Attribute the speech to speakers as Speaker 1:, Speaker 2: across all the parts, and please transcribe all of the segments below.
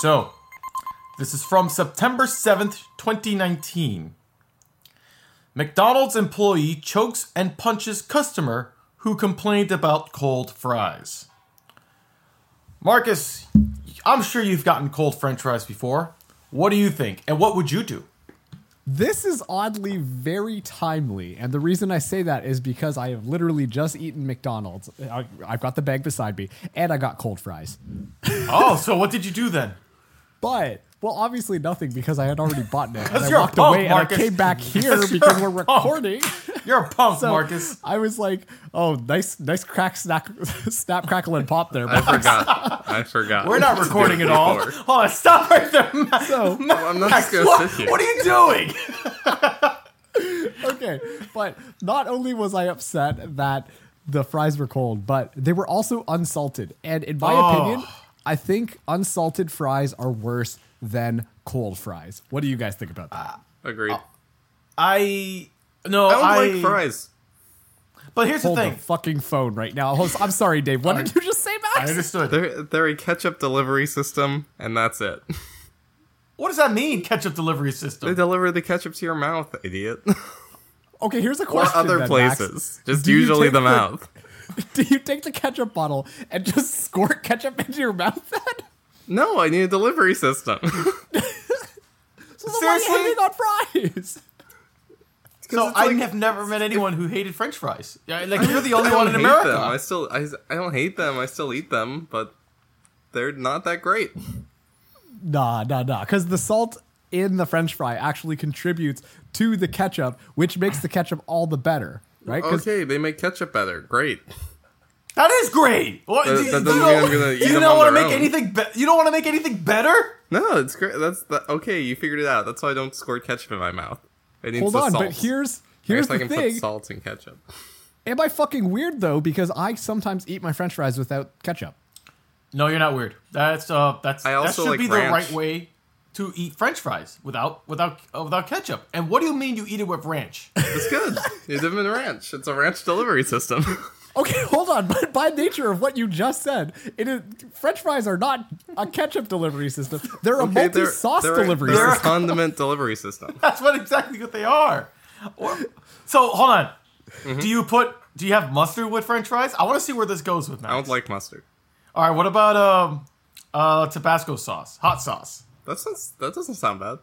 Speaker 1: So, this is from September 7th, 2019. McDonald's employee chokes and punches customer who complained about cold fries. Marcus, I'm sure you've gotten cold french fries before. What do you think? And what would you do?
Speaker 2: This is oddly very timely, and the reason I say that is because I have literally just eaten McDonald's. I, I've got the bag beside me, and I got cold fries.
Speaker 1: Oh, so what did you do then?
Speaker 2: But well, obviously nothing because I had already bought it. And I
Speaker 1: you're a
Speaker 2: walked
Speaker 1: punk,
Speaker 2: away
Speaker 1: Marcus.
Speaker 2: and I came back here
Speaker 1: Because
Speaker 2: because
Speaker 1: you're
Speaker 2: we're
Speaker 1: a punk.
Speaker 2: recording.
Speaker 1: You're a punk,
Speaker 2: So
Speaker 1: Marcus.
Speaker 2: I was like, "Oh, nice, nice crack, snack, snap, crackle, and pop there."
Speaker 3: I
Speaker 2: But
Speaker 3: forgot. I forgot.
Speaker 1: We're not recording at all.
Speaker 3: Before.
Speaker 1: Hold on, stop right there. Max.
Speaker 2: so
Speaker 3: I'm not just gonna
Speaker 1: what,
Speaker 3: sit here.
Speaker 1: what are you doing?
Speaker 2: okay, but not only was I upset that the fries were cold, but they were also unsalted. And in my
Speaker 1: Oh.
Speaker 2: opinion, I think unsalted fries are worse than cold fries. What do you guys think about that?
Speaker 3: Agreed.
Speaker 1: I no,
Speaker 3: I don't like fries.
Speaker 1: But here's
Speaker 2: Hold
Speaker 1: the
Speaker 2: the,
Speaker 1: thing.
Speaker 2: fucking phone right now. Hold- I'm sorry, Dave. What did you just say,
Speaker 1: I
Speaker 2: Max?
Speaker 1: understood.
Speaker 3: They're they're a ketchup delivery system, and that's it.
Speaker 1: What does that mean? Ketchup delivery
Speaker 3: They
Speaker 1: system.
Speaker 3: deliver the ketchup to your mouth, idiot,
Speaker 2: Okay, here's a
Speaker 3: or
Speaker 2: question.
Speaker 3: other
Speaker 2: then, Max.
Speaker 3: places. Just
Speaker 2: Do you
Speaker 3: usually
Speaker 2: take
Speaker 3: the
Speaker 2: the-
Speaker 3: mouth.
Speaker 2: Do you take the ketchup bottle and just squirt ketchup into your mouth then?
Speaker 3: No, I need a delivery system
Speaker 2: So then why are you
Speaker 1: Seriously?
Speaker 2: hating on fries?
Speaker 1: So
Speaker 3: it's
Speaker 1: I
Speaker 3: like-
Speaker 1: have never met anyone who hated French fries. Yeah, like you're the only
Speaker 3: I
Speaker 1: one
Speaker 3: don't
Speaker 1: in
Speaker 3: hate them. I
Speaker 1: America.
Speaker 3: still I, I don't hate them. I still eat them, but they're not that great.
Speaker 2: Nah, nah, nah. Because the salt in the French fry actually contributes to the ketchup, which makes the ketchup all the better, right? 'Cause-
Speaker 3: Okay, they make ketchup better. Great.
Speaker 1: That is great. What,
Speaker 3: That-
Speaker 1: do,
Speaker 3: that
Speaker 1: you-
Speaker 3: doesn't
Speaker 1: you
Speaker 3: mean
Speaker 1: don't-
Speaker 3: I'm gonna eat
Speaker 1: you
Speaker 3: them
Speaker 1: don't
Speaker 3: on
Speaker 1: wanna
Speaker 3: their
Speaker 1: make
Speaker 3: own.
Speaker 1: anything. Be- you don't want to make anything better.
Speaker 3: No, it's great. That's the, okay. You figured it out. That's why I don't squirt ketchup in my mouth. It needs
Speaker 2: hold
Speaker 3: the
Speaker 2: on,
Speaker 3: salt.
Speaker 2: but here's
Speaker 3: I
Speaker 2: here's
Speaker 3: guess I
Speaker 2: the
Speaker 3: can
Speaker 2: thing.
Speaker 3: put salt in ketchup.
Speaker 2: Am I fucking weird though? Because I sometimes eat my French fries without ketchup.
Speaker 1: No, you're not weird. That's uh, that's
Speaker 3: I
Speaker 1: that
Speaker 3: also
Speaker 1: should
Speaker 3: like
Speaker 1: be the
Speaker 3: ranch.
Speaker 1: right way to eat French fries without without uh, without ketchup. And what do you mean you eat it with ranch?
Speaker 3: It's good. you live in a ranch. It's a ranch delivery system.
Speaker 2: Okay, hold on. But by nature of what you just said, it is French fries are not a ketchup delivery system. They're a
Speaker 3: Okay, they're-
Speaker 2: multi-sauce
Speaker 3: they're-
Speaker 2: delivery
Speaker 3: they're a
Speaker 2: system.
Speaker 3: condiment delivery system.
Speaker 1: That's what exactly what they are. Or- So hold on.
Speaker 3: Mm-hmm.
Speaker 1: Do you put? Do you have mustard with French fries? I want to see where this goes with Max.
Speaker 3: I don't like mustard.
Speaker 1: All right. What about um, uh, Tabasco sauce, hot sauce?
Speaker 3: That sounds. That doesn't sound bad.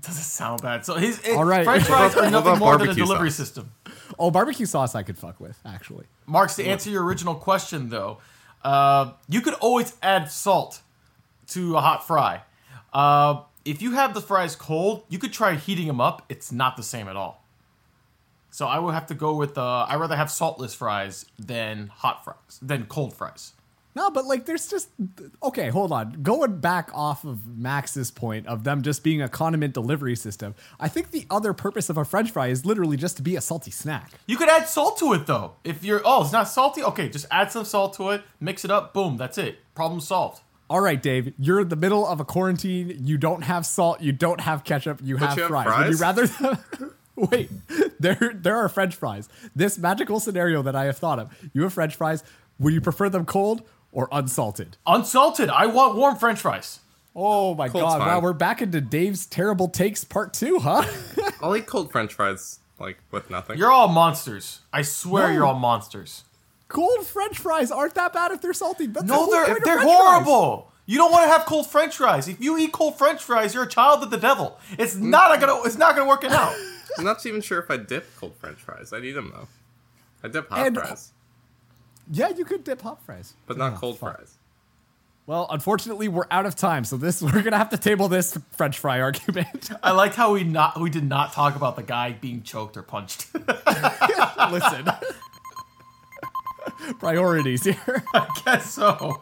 Speaker 1: Doesn't sound bad. So his it,
Speaker 2: All right.
Speaker 1: French fries
Speaker 3: What
Speaker 1: are
Speaker 3: about- what
Speaker 1: nothing
Speaker 3: about
Speaker 1: more than a
Speaker 3: barbecue
Speaker 1: delivery
Speaker 3: sauce?
Speaker 1: system.
Speaker 2: Oh, barbecue sauce I could fuck with actually.
Speaker 1: Marks to answer your original question though, uh, you could always add salt to a hot fry. Uh, if you have the fries cold, you could try heating them up. It's not the same at all. So I would have to go with uh, I rather have saltless fries than hot fries than cold fries.
Speaker 2: No, but like there's just okay, hold on. Going back off of Max's point of them just being a condiment delivery system, I think the other purpose of a french fry is literally just to be a salty snack.
Speaker 1: You could add salt to it though. If you're oh it's not salty, okay, just add some salt to it, mix it up, boom, that's it. Problem solved.
Speaker 2: All right, Dave, you're in the middle of a quarantine, you don't have salt, you don't have ketchup, you, have,
Speaker 3: you have
Speaker 2: fries. Would you rather Wait, there there are french fries. This magical scenario that I have thought of. You have french fries, would you prefer them cold or unsalted?
Speaker 1: Unsalted. I want warm French fries.
Speaker 2: Oh my god, wow,
Speaker 3: fine.
Speaker 2: we're back into Dave's terrible takes part 2, huh?
Speaker 3: I'll eat cold French fries like with nothing.
Speaker 1: You're all monsters. I swear
Speaker 2: No.
Speaker 1: you're all monsters.
Speaker 2: cold French fries aren't that bad if they're salty. That's the
Speaker 1: No,
Speaker 2: whole
Speaker 1: they're
Speaker 2: point of
Speaker 1: they're
Speaker 2: French fries.
Speaker 1: horrible. You don't want to have cold French fries. If you eat cold French fries, you're a child of the devil. It's not gonna it's not gonna work it out.
Speaker 3: I'm not even sure if I dip cold French fries. I'd eat them though. I dip hot
Speaker 2: And-
Speaker 3: fries,
Speaker 2: Yeah, you could dip hot fries,
Speaker 3: but not
Speaker 2: Oh,
Speaker 3: cold
Speaker 2: fuck.
Speaker 3: fries.
Speaker 2: Well, unfortunately, we're out of time, so this we're gonna have to table this French fry argument.
Speaker 1: I liked how we not we did not talk about the guy being choked or punched.
Speaker 2: Listen, priorities here.
Speaker 1: I guess so.